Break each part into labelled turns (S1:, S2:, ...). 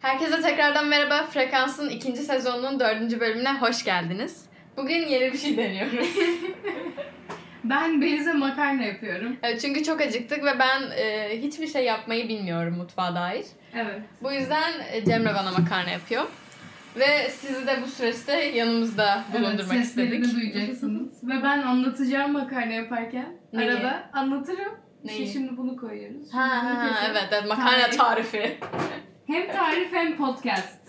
S1: Herkese tekrardan merhaba. Frekans'ın ikinci sezonunun dördüncü bölümüne hoş geldiniz. Bugün yeni bir şey deniyoruz.
S2: Ben Beyza makarna yapıyorum.
S1: Evet, Çünkü çok acıktık ve ben e, hiçbir şey yapmayı bilmiyorum mutfağa dair.
S2: Evet.
S1: Bu yüzden e, Cemre bana makarna yapıyor. Ve sizi de bu süreçte yanımızda bulundurmak
S2: evet,
S1: istedik.
S2: seslerini duyacaksınız. Ve ben anlatacağım makarna yaparken.
S1: Neyi?
S2: Arada anlatırım. İşte
S1: Neyi?
S2: şimdi bunu koyuyoruz.
S1: Ha,
S2: Şimdi
S1: ha,
S2: bunu keselim.
S1: evet, evet makarna
S2: Tarif.
S1: tarifi.
S2: Hem tarif hem podcast.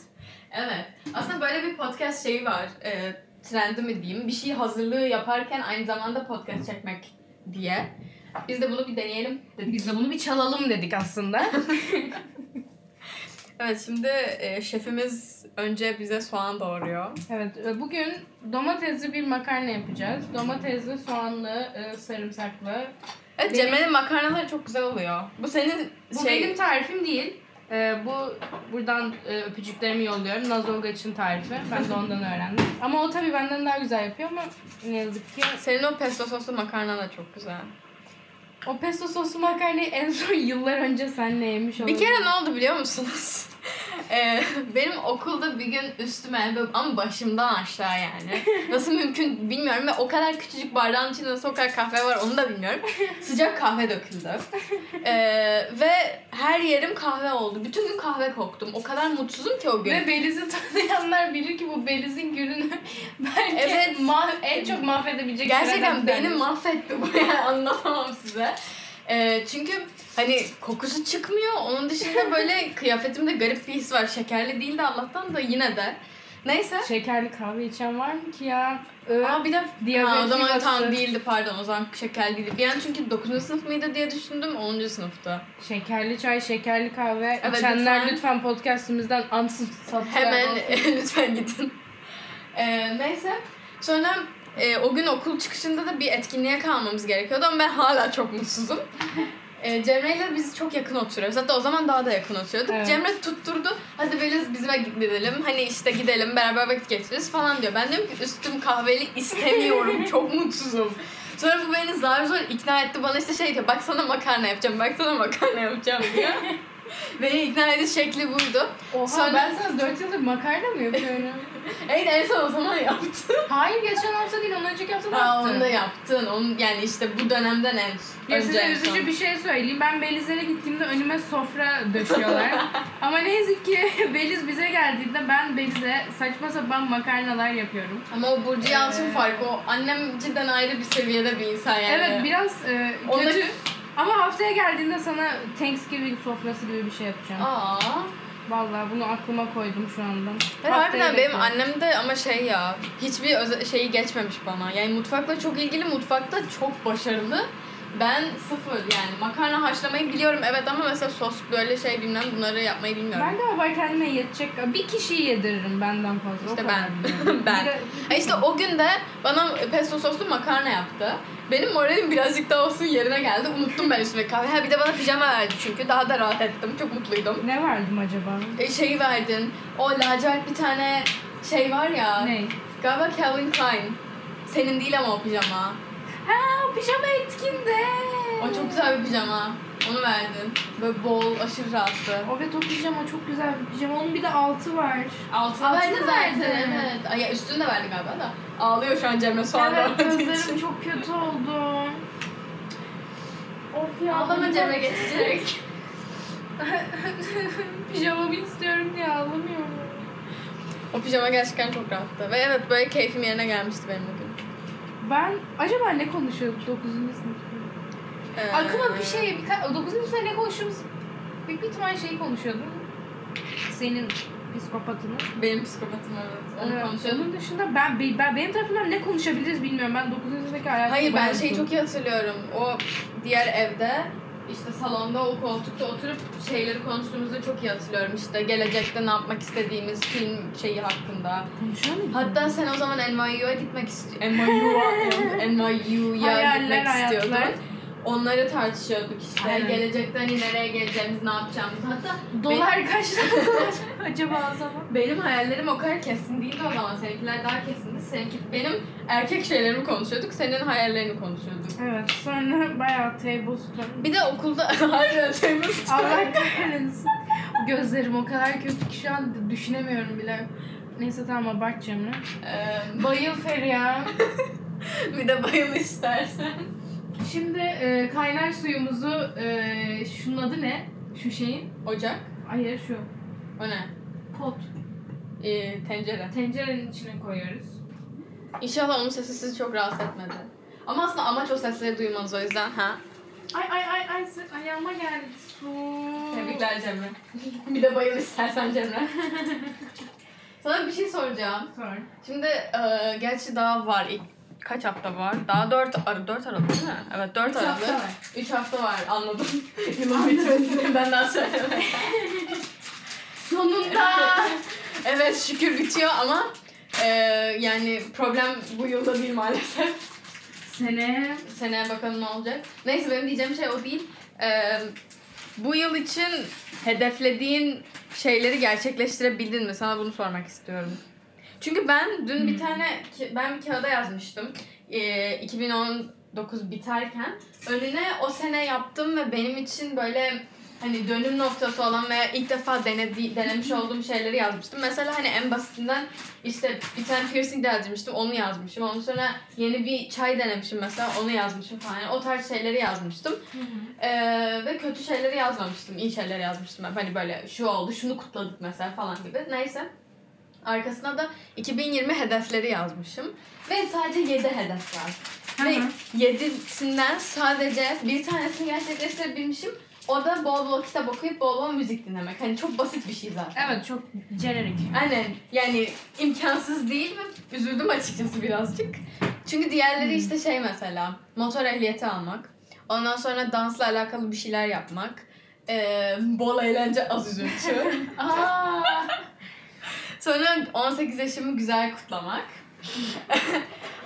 S1: Evet. Aslında böyle bir podcast şeyi var. E, trendi mi diyeyim? Bir şey hazırlığı yaparken aynı zamanda podcast çekmek diye. Biz de bunu bir deneyelim dedik.
S2: Biz de bunu bir çalalım dedik aslında.
S1: Evet şimdi e, şefimiz önce bize soğan doğruyor.
S2: evet e, bugün domatesli bir makarna yapacağız. Domatesli, soğanlı, e, sarımsaklı.
S1: Evet
S2: Benim-
S1: Cemre'nin makarnaları çok güzel oluyor. Bu senin
S2: Bu
S1: şey...
S2: benim tarifim değil. E, bu buradan e, öpücüklerimi yolluyorum. Nazolgaç'ın tarifi. Ben de ondan öğrendim. Ama o tabii benden daha güzel yapıyor ama ne yazık ki
S1: Senin o pesto soslu makarna da çok güzel.
S2: O pesto soslu makarnayı en son yıllar önce senle yemiş oldum.
S1: Bir kere ne oldu biliyor musunuz? E, benim okulda bir gün üstüme böyle- ama başımdan aşağı yani. Nasıl mümkün bilmiyorum ve o kadar küçücük bardağın içinde nasıl o kadar kahve var onu da bilmiyorum. Sıcak kahve döküldü. E, ve her yerim kahve oldu. Bütün gün kahve koktum. O kadar mutsuzum ki o gün.
S2: Ve Beliz'i tanıyanlar bilir ki bu Beliz'in gününü belki
S1: Evet.
S2: ma- en çok mahvedebilecek
S1: Gerçekten
S2: şeylerden bir
S1: beni
S2: tanesi.
S1: mahvetti bu yani anlatamam size. Ee, çünkü hani kokusu çıkmıyor. Onun dışında böyle kıyafetimde garip bir his var. Şekerli değil de Allah'tan da yine de. Neyse.
S2: Şekerli kahve içen var mı ki ya? Ö,
S1: Aa bir de
S2: diyabet
S1: ha, o zaman
S2: yuvası.
S1: tam değildi pardon o zaman şekerli değildi. Yani çünkü 9. sınıf mıydı diye düşündüm 10. sınıfta.
S2: Şekerli çay, şekerli kahve
S1: Evet,
S2: içenler
S1: lütfen.
S2: lütfen, podcastimizden ansız sattılar.
S1: Hemen
S2: olsun.
S1: lütfen gidin. Ee, neyse. Sonra e, o gün okul çıkışında da bir etkinliğe kalmamız gerekiyordu ama ben hala çok mutsuzum. E, Cemre ile biz çok yakın oturuyoruz. Hatta o zaman daha da yakın oturuyorduk.
S2: Evet.
S1: Cemre tutturdu. Hadi Beliz bizime gidelim. Hani işte gidelim beraber vakit geçiririz falan diyor. Ben diyorum ki üstüm kahveli istemiyorum. çok mutsuzum. Sonra bu beni zar zor ikna etti. Bana işte şey diyor. Bak sana makarna yapacağım. Bak sana makarna yapacağım diyor. beni ikna ediş şekli buydu.
S2: Oha
S1: Sonra-
S2: ben sana 4 yıldır makarna mı yapıyorum?
S1: Evet en son o zaman yaptı.
S2: Hayır geçen hafta değil, ondan önceki hafta da
S1: Aa,
S2: yaptım.
S1: onu da yaptın. Onu, yani işte bu dönemden en
S2: Ya
S1: önce
S2: size
S1: en son.
S2: üzücü bir şey söyleyeyim. Ben Belizlere gittiğimde önüme sofra döşüyorlar. Ama ne yazık ki Beliz bize geldiğinde ben Beliz'e saçma sapan makarnalar yapıyorum.
S1: Ama o Burcu Yalçın
S2: Ee,
S1: farkı. O annem cidden ayrı bir seviyede bir insan yani.
S2: Evet biraz e, kötü.
S1: Onda-
S2: Ama haftaya geldiğinde sana Thanksgiving sofrası gibi bir şey yapacağım.
S1: Aa.
S2: Vallahi bunu aklıma koydum şu anda.
S1: Ben
S2: Haftaya
S1: harbiden benim
S2: bekliyorum.
S1: annem de ama şey ya hiçbir öze- şeyi geçmemiş bana. Yani mutfakla çok ilgili, mutfakta çok başarılı. Ben sıfır yani makarna haşlamayı biliyorum evet ama mesela sos böyle şey bilmem bunları yapmayı bilmiyorum.
S2: Ben galiba kendime yetecek. Bir kişiyi yediririm benden fazla. o
S1: İşte
S2: kadar
S1: ben.
S2: biliyorum. Bir
S1: Ben.
S2: de-
S1: E İşte o gün de bana pesto soslu makarna yaptı. Benim moralim birazcık daha olsun yerine geldi. Unuttum ben üstüme kahve. Ha bir de bana pijama verdi çünkü. Daha da rahat ettim. Çok mutluydum.
S2: Ne verdim acaba?
S1: E, şeyi verdin. O lacivert bir tane şey var ya.
S2: Ne?
S1: Galiba Calvin Klein. Senin değil ama o pijama.
S2: Ha pijama etkinde.
S1: O çok güzel bir pijama. Onu verdin. Böyle bol, aşırı rahattı.
S2: Evet o pijama çok güzel bir pijama. Onun bir de altı var.
S1: Altını
S2: Altını
S1: verdi zaten.
S2: verdin.
S1: Evet. Ay, ya üstünü de verdi galiba da. Ağlıyor şu an Cemre soğan
S2: evet
S1: verdiği
S2: gözlerim
S1: için.
S2: çok kötü oldu. Of ya.
S1: Ağlama
S2: bunu-
S1: Cemre geçecek.
S2: Pijamamı istiyorum diye ağlamıyorum.
S1: O pijama gerçekten çok rahattı. Ve evet böyle keyfim yerine gelmişti benim bugün.
S2: Ben acaba ne konuşuyorduk 9. sınıfta?
S1: Ee,
S2: Aklıma bir şey, birka- 9. sınıfta ne konuştuğumuz büyük bir ihtimal şeyi konuşuyordum. Senin psikopatını.
S1: Benim psikopatım evet. Onu
S2: Ee,
S1: konuşuyordum.
S2: Onun dışında ben, be- ben benim tarafımdan ne konuşabiliriz bilmiyorum. Ben 9. sınıftaki hayatımı
S1: Hayır ben
S2: bayağı
S1: şeyi
S2: unuttum.
S1: çok iyi hatırlıyorum. O diğer evde işte salonda o koltukta oturup şeyleri konuştuğumuzu çok iyi hatırlıyorum. İşte gelecekte ne yapmak istediğimiz film şeyi hakkında.
S2: Konuşuyor muyduk?
S1: Hatta sen o zaman NYU'ya gitmek istiyordun. NYU'ya NYU'ya gitmek
S2: Hayaller, hayatlar.
S1: istiyordun. Onları tartışıyorduk işte.
S2: Aynen.
S1: Gelecekte hani nereye geleceğimiz, ne yapacağımız. Hatta
S2: Dolar kaç acaba o zaman?
S1: Benim hayallerim o kadar kesin değildi o zaman. Seninkiler daha kesindi. Seninki benim erkek şeylerimi konuşuyorduk. Senin hayallerini konuşuyorduk.
S2: Evet sonra bayağı table
S1: Bir de okulda harbiden temiz.
S2: Allah kahretsin. Gözlerim o kadar kötü ki şu an düşünemiyorum bile. Neyse tamam abart Cemre.
S1: Ee,
S2: Bayıl Feriha.
S1: bir de bayıl istersen.
S2: Şimdi e, kaynar suyumuzu e, şunun adı ne? Şu şeyin.
S1: Ocak.
S2: Hayır şu.
S1: O ne?
S2: Pot.
S1: Ee, tencere.
S2: Tencerenin içine koyuyoruz.
S1: İnşallah onun sesi sizi çok rahatsız etmedi. Ama aslında amaç o sesleri duymanız o yüzden ha.
S2: Ay ay ay ay sı- ayağıma geldi su.
S1: Tebrikler Cemre. bir de bayıl istersen Cemre. Sana bir şey soracağım.
S2: Sonra.
S1: Şimdi e, gerçi daha var. İlk- Kaç hafta var? Daha 4, Ar 4 Aralık değil mi? Evet 4 Aralık. 3 hafta var anladım. Yılın bitmesini benden söylemek.
S2: Sonunda.
S1: evet şükür bitiyor ama e, yani problem bu yılda değil maalesef.
S2: Sene.
S1: Seneye bakalım ne olacak. Neyse benim diyeceğim şey o değil. Ee, bu yıl için hedeflediğin şeyleri gerçekleştirebildin mi? Sana bunu sormak istiyorum. Çünkü ben dün bir tane ki- ben bir kağıda yazmıştım. Ee, 2019 biterken önüne o sene yaptım ve benim için böyle hani dönüm noktası olan veya ilk defa denedi, denemiş olduğum şeyleri yazmıştım. Mesela hani en basitinden işte bir tane piercing de yazmıştım onu yazmışım. Ondan sonra yeni bir çay denemişim mesela onu yazmışım falan. Yani o tarz şeyleri yazmıştım. Ee, ve kötü şeyleri yazmamıştım. iyi şeyleri yazmıştım. hep. Hani böyle şu oldu şunu kutladık mesela falan gibi. Neyse. Arkasına da 2020 hedefleri yazmışım. Ve sadece 7 hedef var. Ve
S2: Hı hı.
S1: 7'sinden sadece bir tanesini gerçekleştirebilmişim. O da bol bol kitap okuyup bol bol müzik dinlemek. Hani çok basit bir şey zaten.
S2: Evet çok jenerik.
S1: Aynen yani imkansız değil mi? Üzüldüm açıkçası birazcık. Çünkü diğerleri işte şey mesela motor ehliyeti almak. Ondan sonra dansla alakalı bir şeyler yapmak. Ee, bol eğlence az üzüntü.
S2: Aa.
S1: sonra 18 yaşımı güzel kutlamak.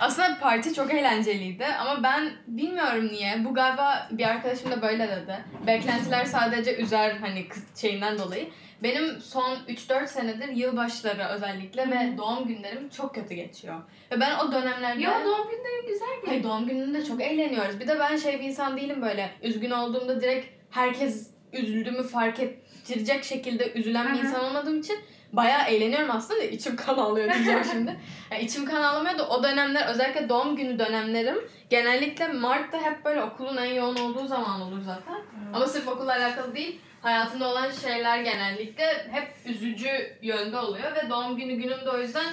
S1: Aslında parti çok eğlenceliydi ama ben bilmiyorum niye. Bu galiba bir arkadaşım da böyle dedi. Beklentiler sadece üzer hani kız şeyinden dolayı. Benim son 3-4 senedir yılbaşları özellikle ve doğum günlerim çok kötü geçiyor. Ve ben o dönemlerde...
S2: Yo doğum günleri güzel değil.
S1: Hayır doğum gününde çok eğleniyoruz. Bir de ben şey bir insan değilim böyle. Üzgün olduğumda direkt herkes üzüldüğümü fark ettirecek şekilde üzülen bir
S2: Hı hı.
S1: insan olmadığım için bayağı eğleniyorum aslında da içim kan ağlıyor diyeceğim şimdi. Yani içim kan ağlamıyor da o dönemler özellikle doğum günü dönemlerim genellikle Mart'ta hep böyle okulun en yoğun olduğu zaman olur zaten. Ama sırf okulla alakalı değil. Hayatında olan şeyler genellikle hep üzücü yönde oluyor ve doğum günü günümde o yüzden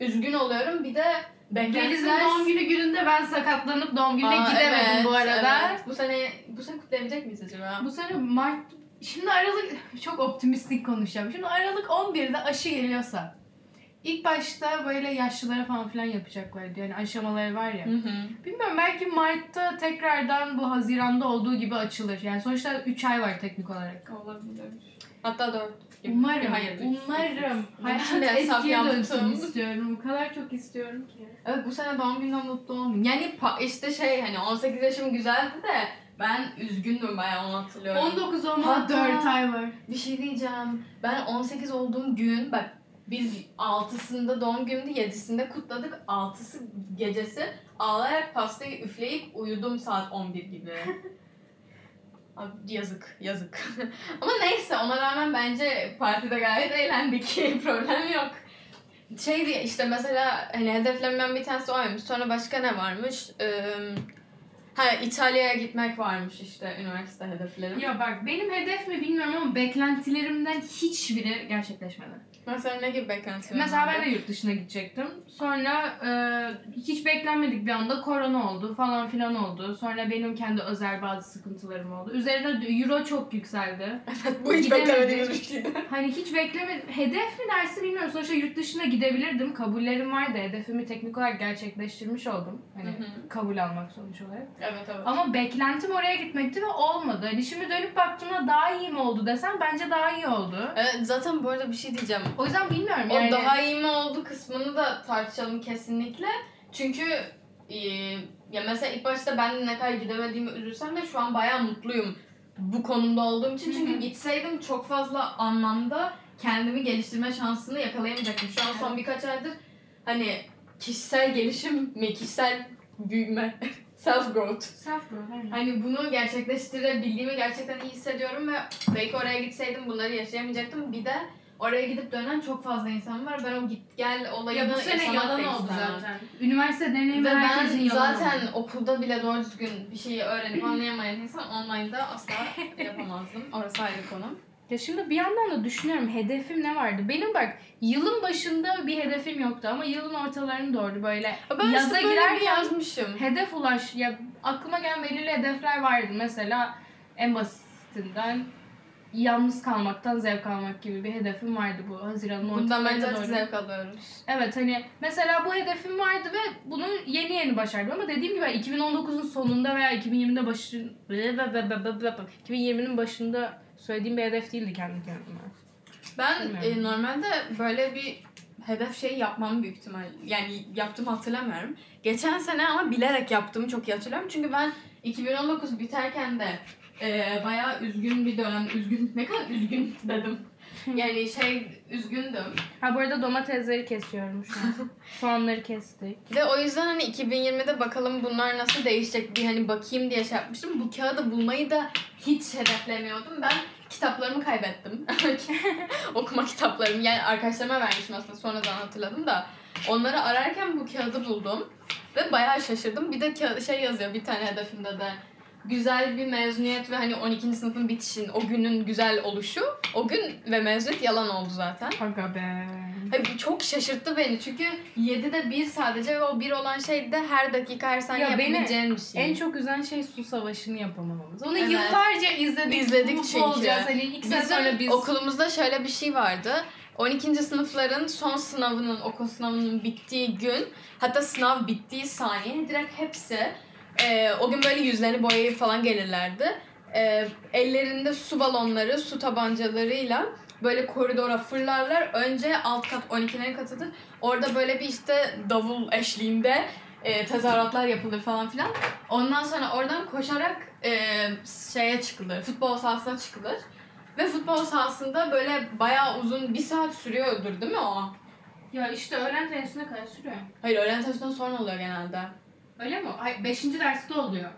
S1: üzgün oluyorum. Bir de
S2: Deniz'in
S1: beklentiler
S2: doğum günü gününde ben sakatlanıp doğum gününe
S1: Aa,
S2: gidemedim
S1: evet,
S2: bu arada.
S1: evet. Bu sene bu sene kutlayabilecek miyiz acaba?
S2: Bu sene Mart Şimdi Aralık çok optimistik konuşacağım. Şimdi Aralık 11'de aşı geliyorsa ilk başta böyle yaşlılara falan filan yapacaklar diyor. Yani aşamaları var ya. Bilmiyorum belki Mart'ta tekrardan bu Haziran'da olduğu gibi açılır. Yani sonuçta 3 ay var teknik olarak.
S1: Olabilir. Hatta dört. gibi.
S2: Umarım.
S1: Hayır, üç.
S2: umarım.
S1: Bunun için
S2: Hayat
S1: de hesap
S2: eskiye dönsün
S1: yaptım.
S2: istiyorum. O kadar çok istiyorum ki.
S1: Evet bu sene doğum günden mutlu oldum. Yani pa- işte şey hani 18 yaşım güzeldi de ben üzgündüm bayağı onu hatırlıyorum.
S2: 19 olmalı
S1: Hatta-
S2: 4 ay var.
S1: Bir şey diyeceğim. Ben 18 olduğum gün bak biz 6'sında doğum günümde 7'sinde kutladık. 6'sı gecesi ağlayarak pastayı üfleyip uyudum saat 11 gibi. Abi yazık, yazık. Ama neyse ona rağmen bence partide gayet eğlendik. Problem yok. Şey diye işte mesela hani hedeflenmem bir tanesi oymuş. Sonra başka ne varmış? Ee, ha İtalya'ya gitmek varmış işte üniversite hedeflerim.
S2: Ya bak benim hedef mi bilmiyorum ama beklentilerimden hiçbiri gerçekleşmedi.
S1: Mesela ne gibi beklentilerin
S2: Mesela
S1: vardı?
S2: ben de yurt dışına gidecektim. Sonra e, hiç beklenmedik bir anda korona oldu falan filan oldu. Sonra benim kendi özel bazı sıkıntılarım oldu. Üzerine d- euro çok yükseldi.
S1: Bu hiç
S2: Gidemedik.
S1: beklemediğimiz bir şey. şeydi.
S2: Hani hiç beklemedim. Hedef mi dersi bilmiyorum. Sonuçta yurt dışına gidebilirdim. Kabullerim vardı. Hedefimi teknik olarak gerçekleştirmiş oldum. Hani kabul almak sonuç olarak.
S1: Evet evet.
S2: Ama beklentim oraya gitmekti ve olmadı. Hani şimdi dönüp baktığımda daha iyi mi oldu desem bence daha iyi oldu.
S1: Evet, e, zaten bu arada bir şey diyeceğim.
S2: O yüzden bilmiyorum
S1: O
S2: yani.
S1: daha iyi mi oldu kısmını da tartışalım kesinlikle. Çünkü e, ya mesela ilk başta ben de ne kadar gidemediğimi üzülsem de şu an bayağı mutluyum bu konumda olduğum için.
S2: Hı
S1: Çünkü
S2: hı.
S1: gitseydim çok fazla anlamda kendimi geliştirme şansını yakalayamayacaktım. Şu an son birkaç aydır hani kişisel gelişim mi, kişisel büyüme Self growth.
S2: Self growth aynen.
S1: Hani bunu gerçekleştirebildiğimi gerçekten iyi hissediyorum ve belki oraya gitseydim bunları yaşayamayacaktım. Bir de oraya gidip dönen çok fazla insan var. Ben o git gel olayını
S2: Ya bu sene
S1: yaşamak da
S2: yalan oldu
S1: istemem.
S2: zaten. Üniversite deneyimi
S1: Ve
S2: herkesin
S1: ben
S2: yalanı.
S1: zaten okulda bile doğru düzgün bir şeyi öğrenip anlayamayan insan online'da asla yapamazdım. Orası ayrı konu.
S2: Ya şimdi bir yandan da düşünüyorum hedefim ne vardı? Benim bak yılın başında bir hedefim yoktu ama yılın ortalarına doğru böyle
S1: Ben
S2: Yaza
S1: Yaza girer
S2: girerken-
S1: yazmışım.
S2: hedef ulaş ya aklıma gelen belirli hedefler vardı. Mesela en basitinden yalnız kalmaktan zevk almak gibi bir hedefim vardı bu Haziran'ın
S1: Bundan
S2: ortalarına
S1: bence
S2: doğru.
S1: artık zevk alıyoruz.
S2: Evet hani mesela bu hedefim vardı ve bunu yeni yeni başardım ama dediğim gibi ben 2019'un sonunda veya 2020'de başın 2020'nin başında söylediğim bir hedef değildi kendi kendime.
S1: Ben
S2: Bilmiyorum.
S1: e, normalde böyle bir hedef şey yapmam büyük ihtimal. Yani yaptığımı hatırlamıyorum. Geçen sene ama bilerek yaptığımı çok iyi hatırlıyorum. Çünkü ben 2019 biterken de e, bayağı üzgün bir dönem. Üzgün, ne kadar üzgün dedim. Yani şey üzgündüm.
S2: Ha bu arada domatesleri kesiyorum şu an. Soğanları kestik.
S1: Ve o yüzden hani 2020'de bakalım bunlar nasıl değişecek diye hani bakayım diye şey yapmıştım. Bu kağıdı bulmayı da hiç hedeflemiyordum. Ben kitaplarımı kaybettim. Okuma kitaplarımı. Yani arkadaşlarıma vermiştim aslında sonradan hatırladım da. Onları ararken bu kağıdı buldum. Ve bayağı şaşırdım. Bir de kağıt, şey yazıyor bir tane hedefimde de. Güzel bir mezuniyet ve hani 12. sınıfın bitişin o günün güzel oluşu. O gün ve mezuniyet yalan oldu zaten.
S2: Aga be.
S1: Ay, bu çok şaşırttı beni çünkü 7'de 1 sadece ve o 1 olan şey de her dakika her saniye
S2: Ya beni
S1: yapabileceğin bir şey.
S2: En çok üzen şey su savaşını yapamamamız. Onu
S1: Evet.
S2: yıllarca izledik.
S1: İzledik
S2: Mutlu
S1: çünkü.
S2: olacağız. Hani iki sene
S1: Bizim
S2: sonra biz...
S1: okulumuzda şöyle bir şey vardı. 12. sınıfların son sınavının, okul sınavının bittiği gün hatta sınav bittiği saniye direkt hepsi e, o gün böyle yüzlerini boyayıp falan gelirlerdi. E, ellerinde su balonları, su tabancalarıyla böyle koridora fırlarlar. Önce alt kat 12'lerin katıdır. Orada böyle bir işte davul eşliğinde e, tezahüratlar yapılır falan filan. Ondan sonra oradan koşarak e, şeye çıkılır, futbol sahasına çıkılır. Ve futbol sahasında böyle bayağı uzun bir saat sürüyordur değil mi o?
S2: Ya işte öğlen tenisine kadar sürüyor.
S1: Hayır oryantasyondan sonra oluyor genelde.
S2: Öyle mi? Ay, beşinci derste oluyor.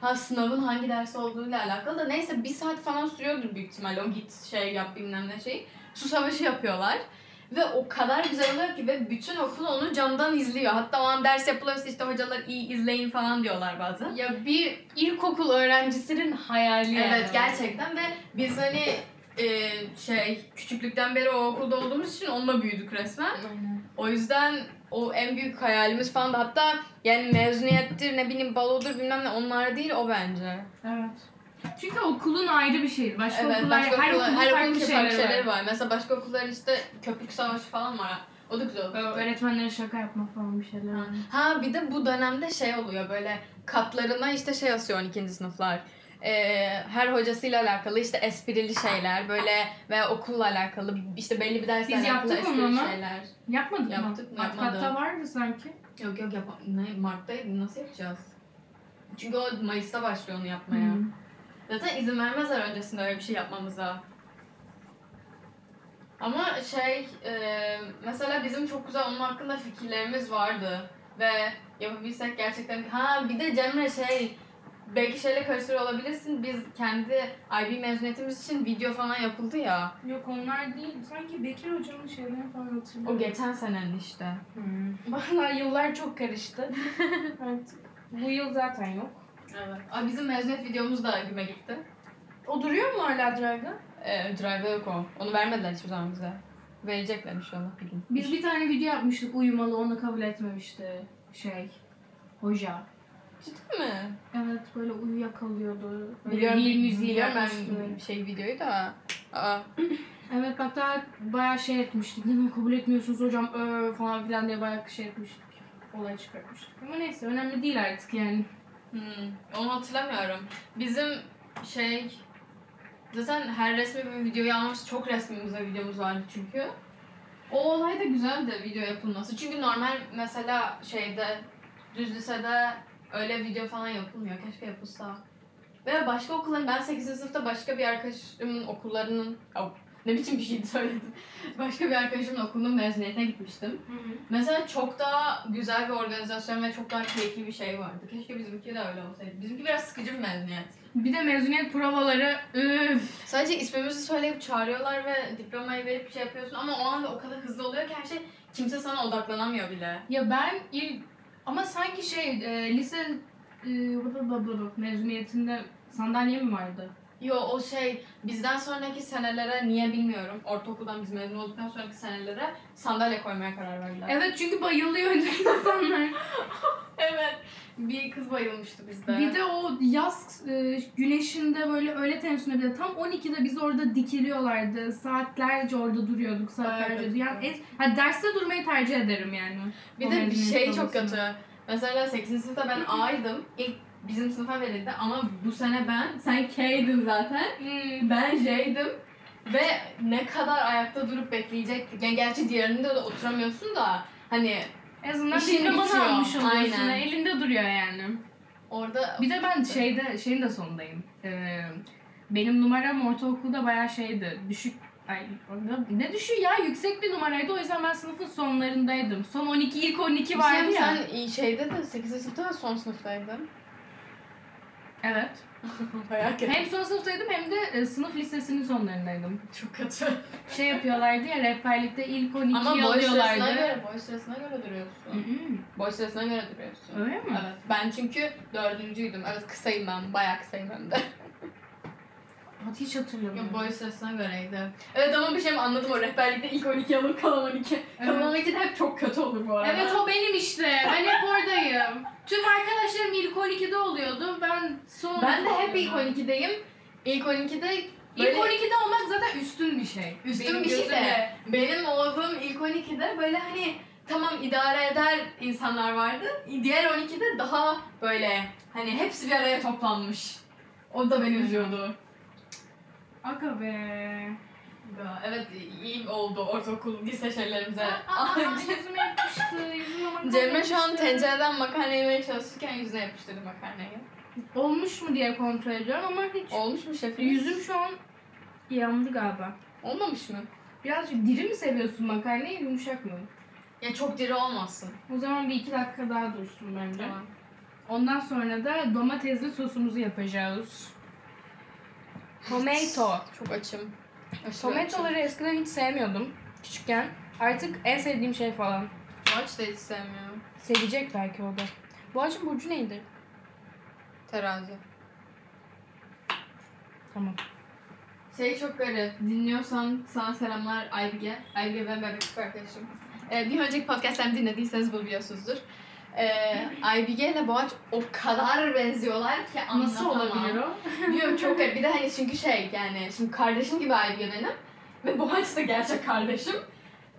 S1: Ha sınavın hangi ders olduğuyla alakalı da neyse bir saat falan sürüyordur büyük ihtimalle o git şey yap bilmem ne şey. Su savaşı yapıyorlar. Ve o kadar güzel oluyor ki ve bütün okul onu camdan izliyor. Hatta o an ders yapılıyorsa işte hocalar iyi izleyin falan diyorlar bazen.
S2: Ya bir ilkokul öğrencisinin hayali.
S1: Evet gerçekten ve biz hani e, şey küçüklükten beri o okulda olduğumuz için onunla büyüdük resmen.
S2: Aynen.
S1: O yüzden o en büyük hayalimiz falan da hatta yani mezuniyettir ne bileyim balodur bilmem ne onlar değil o bence.
S2: Evet. Çünkü okulun ayrı bir şeyi. Başka
S1: evet
S2: okullar,
S1: başka
S2: her
S1: okullar-
S2: okulun
S1: her
S2: farklı
S1: okulun
S2: şeyleri, var.
S1: var. Mesela başka okullar işte köpük savaşı falan var. O da güzel olur.
S2: Ö- Öğretmenlere şaka yapma falan bir şeyler.
S1: Ha. Ha bir de bu dönemde şey oluyor böyle katlarına işte şey asıyor 12. sınıflar. Ee, her hocasıyla alakalı işte esprili şeyler böyle veya okulla alakalı işte belli bir dersle
S2: Biz
S1: alakalı
S2: yaptık onu
S1: esprili
S2: ama.
S1: şeyler.
S2: Yapmadık
S1: Yaptık mı?
S2: mı? Hatta-
S1: Yapmadık.
S2: Hatta var mı sanki?
S1: Yok yok yap ne, Mart'taydı nasıl yapacağız? Çünkü o Mayıs'ta başlıyor onu yapmaya.
S2: Hı.
S1: Zaten izin vermezler öncesinde öyle bir şey yapmamıza. Ama şey, e, mesela bizim çok güzel onun hakkında fikirlerimiz vardı. Ve yapabilsek gerçekten... Ha bir de Cemre şey, belki şeyle karıştırıyor olabilirsin. Biz kendi IB mezuniyetimiz için video falan yapıldı ya.
S2: Yok onlar değil. Sanki Bekir Hoca'nın şeylerini falan hatırlıyorum.
S1: O geçen senenin işte.
S2: Valla yıllar çok karıştı. Artık bu yıl zaten yok.
S1: Evet. Aa, bizim mezuniyet videomuz da güme gitti.
S2: O duruyor mu hala Drive'da?
S1: E, drive'a yok o. Onu vermediler hiçbir zaman bize. Verecekler inşallah bir gün.
S2: Biz bir tane video yapmıştık uyumalı onu kabul etmemişti şey hoca.
S1: Ciddi mi?
S2: Evet böyle uyuyakalıyordu. Böyle
S1: Biliyorum,
S2: bir müziği
S1: biliyorum ben
S2: yapmıştı.
S1: şey videoyu da. Aa,
S2: Evet bak daha bayağı şey etmiştik. Neden kabul etmiyorsunuz hocam Ö falan filan diye bayağı şey etmiştik. Olay çıkartmıştık. Ama neyse önemli değil artık yani.
S1: hmm, onu hatırlamıyorum. Bizim şey zaten her resmi bir videoyu almamız çok resmimize videomuz vardı çünkü. O olay da güzeldi video yapılması. Çünkü normal mesela şeyde düz lisede öyle video falan yapılmıyor. Keşke yapılsa. Veya başka okulların ben 8. sınıfta başka bir arkadaşımın okullarının Ne biçim bir şey söyledim. Başka bir arkadaşımın okulunun mezuniyetine gitmiştim. Mesela çok daha güzel bir organizasyon ve çok daha keyifli bir şey vardı. Keşke bizimki de öyle olsaydı. Bizimki biraz sıkıcı bir mezuniyet.
S2: Bir de mezuniyet provaları üf.
S1: Sadece ismimizi söyleyip çağırıyorlar ve diplomayı verip şey yapıyorsun ama o anda o kadar hızlı oluyor ki her şey kimse sana odaklanamıyor bile.
S2: Ya ben il ama sanki şey e, lise e, bla bla bla bla mezuniyetinde sandalye mi vardı?
S1: Yo o şey bizden sonraki senelere niye bilmiyorum ortaokuldan biz mezun olduktan sonraki senelere sandalye koymaya karar verdiler.
S2: Evet çünkü bayılıyor insanlar.
S1: Evet. Bir kız bayılmıştı bizde.
S2: Bir de o yaz e, güneşinde böyle öğle teneffüsünde bir de tam 12'de biz orada dikiliyorlardı. Saatlerce orada duruyorduk saatlerce.
S1: Evet,
S2: yani
S1: evet.
S2: en- ha, derste durmayı tercih ederim yani.
S1: Bir
S2: O
S1: de bir
S2: mezuniyet
S1: şey çok
S2: provasını.
S1: kötü. Mesela 8. sınıfta ben A'ydım. İlk bizim sınıfa verildi ama bu sene ben, sen K'ydin zaten.
S2: Hmm,
S1: Ben J'ydim. Ve ne kadar ayakta durup bekleyecektik. Yani gerçi diğerinde de oturamıyorsun da hani
S2: En azından
S1: İşin
S2: diplomanı
S1: bitiyor,
S2: almış oluyorsun.
S1: aynen.
S2: Elinde duruyor yani.
S1: orada
S2: Bir de ben şeyde şeyin de sonundayım. Ee, benim numaram ortaokulda bayağı şeydi. Düşük Ay, orada- ne düşüyor ya yüksek bir numaraydı o yüzden ben sınıfın sonlarındaydım. Son 12 ilk 12 vardı
S1: Sen-
S2: ya.
S1: şey Sen şeyde de 8. sınıfta da son sınıftaydın.
S2: Evet.
S1: Bayağı kötü.
S2: Hem son sınıftaydım hem de e, sınıf lisesinin sonlarındaydım.
S1: Çok kötü.
S2: Şey yapıyorlardı ya rehberlikte ilk 12'yi
S1: Ama boy sırasına
S2: alıyorlardı.
S1: göre, boy sırasına göre duruyorsun.
S2: Mm-mm.
S1: Boy sırasına göre duruyorsun.
S2: Öyle mi?
S1: Evet. Ben çünkü dördüncüydüm. Evet kısayım ben. Bayağı kısayım hem de.
S2: Hat hiç hatırlamıyorum.
S1: Boy sırasına göreydi. Evet ama bir şey mi anladım o rehberlikte ilk 12 alıp kalan 12. Kalan
S2: Evet.
S1: 12 de hep çok kötü olur bu arada.
S2: Evet o benim işte. Ben hep oradayım. Tüm arkadaşlarım ilk 12'de oluyordu. Ben son
S1: Ben de hep ilk 12'deyim. İlk 12'de
S2: İlk
S1: böyle-
S2: 12'de olmak zaten üstün bir şey.
S1: Üstün
S2: Benim
S1: bir şey de
S2: gözümde.
S1: benim olduğum ilk 12'de böyle hani tamam idare eder insanlar vardı. Diğer 12'de daha böyle hani hepsi bir araya toplanmış. O da beni üzüyordu.
S2: Aga be.
S1: Ya, Evet iyi oldu ortaokul lise şeylerimize.
S2: Aa, yüzüme yapıştı. Yüzüme makarna
S1: Cemre şu an
S2: yapıştı.
S1: tencereden makarna yemeye çalışırken yüzüne yapıştırdı makarnayı.
S2: Olmuş mu diye kontrol ediyorum ama hiç.
S1: Olmuş mu şefim?
S2: Yüzüm şu an yandı galiba.
S1: Olmamış mı?
S2: Birazcık diri mi seviyorsun makarnayı yumuşak mı?
S1: Ya çok diri olmasın.
S2: O zaman bir iki dakika daha dursun bence.
S1: Tamam.
S2: Ondan sonra da domatesli sosumuzu yapacağız. Tomato.
S1: Çok açım. Aşırı açım.
S2: Tomatoları eskiden hiç sevmiyordum küçükken. Artık en sevdiğim şey falan.
S1: Aç da hiç sevmiyorum.
S2: Sevecek belki o da. Bu ağacın burcu neydi?
S1: Terazi.
S2: Tamam.
S1: Şey çok garip. Dinliyorsan sana selamlar Aybige. Aybige ben bebek arkadaşım. Ee, bir önceki podcastlerimi dinlediyseniz bunu biliyorsunuzdur. Ee, Aybige ile Boğaç o kadar benziyorlar ki anlatamam.
S2: Nasıl olabilir o?
S1: Bilmiyorum çok garip. Bir de hani çünkü şey yani şimdi kardeşim gibi Aybige benim. Ve Boğaç da gerçek kardeşim.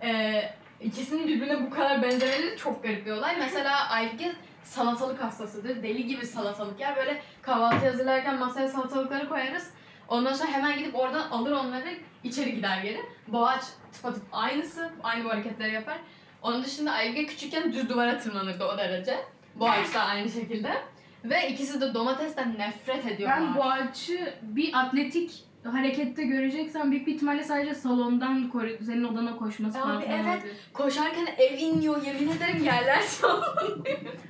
S1: Ee, ikisinin birbirine bu kadar benzemeleri çok garip bir olay. Mesela Aybige salatalık hastasıdır. Deli gibi salatalık yer. Böyle kahvaltı hazırlarken masaya salatalıkları koyarız. Ondan sonra hemen gidip oradan alır onları içeri gider geri. Boğaç tıpatıp aynısı. Aynı bu hareketleri yapar. Onun dışında Aybige küçükken düz duvara tırmanırdı o derece. Boğaç da aynı şekilde. Ve ikisi de domatesten nefret ediyorlar.
S2: Ben bu ağacı bir atletik harekette göreceksen büyük bir ihtimalle sadece salondan kore- senin odana koşması
S1: Abi
S2: falan.
S1: evet.
S2: olabilir.
S1: Koşarken ev inliyor yemin ederim yerler çalıyor.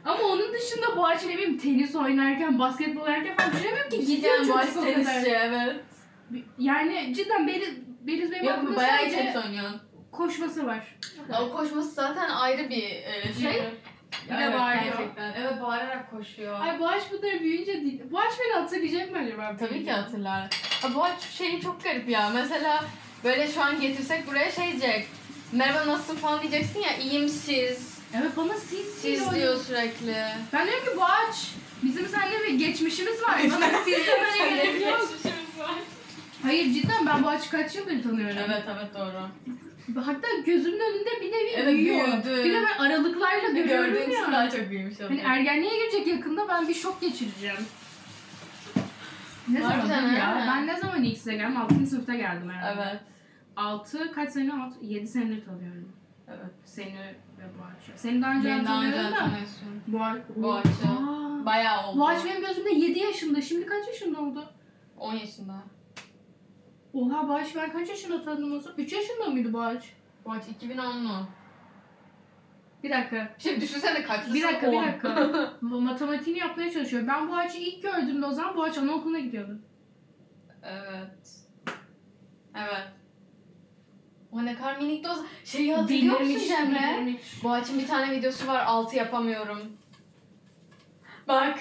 S2: Ama onun dışında bu ağacı ne bileyim tenis oynarken, basketbol oynarken falan düşünemiyorum ki. Gidiyor
S1: Cidden baş
S2: çocuk o kadar.
S1: tenisçi evet.
S2: Yani cidden Beriz, Beriz benim
S1: Yok
S2: aklımda
S1: bayağı iyi
S2: sadece
S1: tenis oynuyor.
S2: koşması var.
S1: O koşması zaten ayrı bir e, şey.
S2: Bir de bağırıyor.
S1: Gerçekten. Evet bağırarak koşuyor.
S2: Ay bu ağaç bunları büyüyünce... değil- Bu ağaç beni hatırlayacak mı acaba?
S1: Tabii ki hatırlar. Ha, bu aç- şey çok garip ya. Mesela böyle şu an getirsek buraya şey diyecek. Merhaba nasılsın falan diyeceksin ya iyiyim siz.
S2: Evet bana siz,
S1: Siz diyor sürekli.
S2: Ben diyorum ki bu ağaç bizim seninle bir geçmişimiz var. Bana siz demene gerek yok. Hayır cidden ben bu ağaçı kaç yıldır tanıyorum.
S1: Evet evet doğru.
S2: Hatta gözümün önünde bir nevi
S1: Evet,
S2: büyüyor.
S1: büyüdü.
S2: Bir de ben aralıklarla görüyorum
S1: Gördüğün için
S2: ya.
S1: daha çok büyümüş
S2: Hani
S1: oluyor.
S2: ergenliğe girecek yakında ben bir şok geçireceğim. Ne
S1: Harbiden
S2: zaman ya?
S1: ha.
S2: Ben ne zaman ilk size geldim? 6. sınıfta geldim herhalde.
S1: Evet.
S2: 6 kaç sene? 6, 7 senedir tanıyorum.
S1: Evet.
S2: Seni ve Boğaç'ı. Seni daha önce
S1: Beni daha önce
S2: hatırlıyorum da.
S1: hatırlıyorsun.
S2: Boğaç.
S1: Boğaç'ı.
S2: Aa.
S1: Bayağı oldu.
S2: Boğaç benim gözümde 7 yaşında. Şimdi kaç yaşında oldu?
S1: 10 yaşında.
S2: Oha Bağış ben kaç yaşında tanıdım olsa? 3 yaşında mıydı Bağış?
S1: Bu aç 2010'lu.
S2: Bir dakika.
S1: Şimdi düşünsene kaçlısın?
S2: Bir dakika, bir
S1: On.
S2: dakika. Bu Matematiğini yapmaya çalışıyor. Ben Boğaç'ı ilk gördüğümde o zaman Boğaç anaokuluna gidiyordu.
S1: evet. Evet. O ne kadar minik doz. Şeyi hatırlıyor musun
S2: Delirmiş,
S1: Cemre?
S2: delirmiş.
S1: Boğaç'ın bir tane videosu var. Altı yapamıyorum. Bak.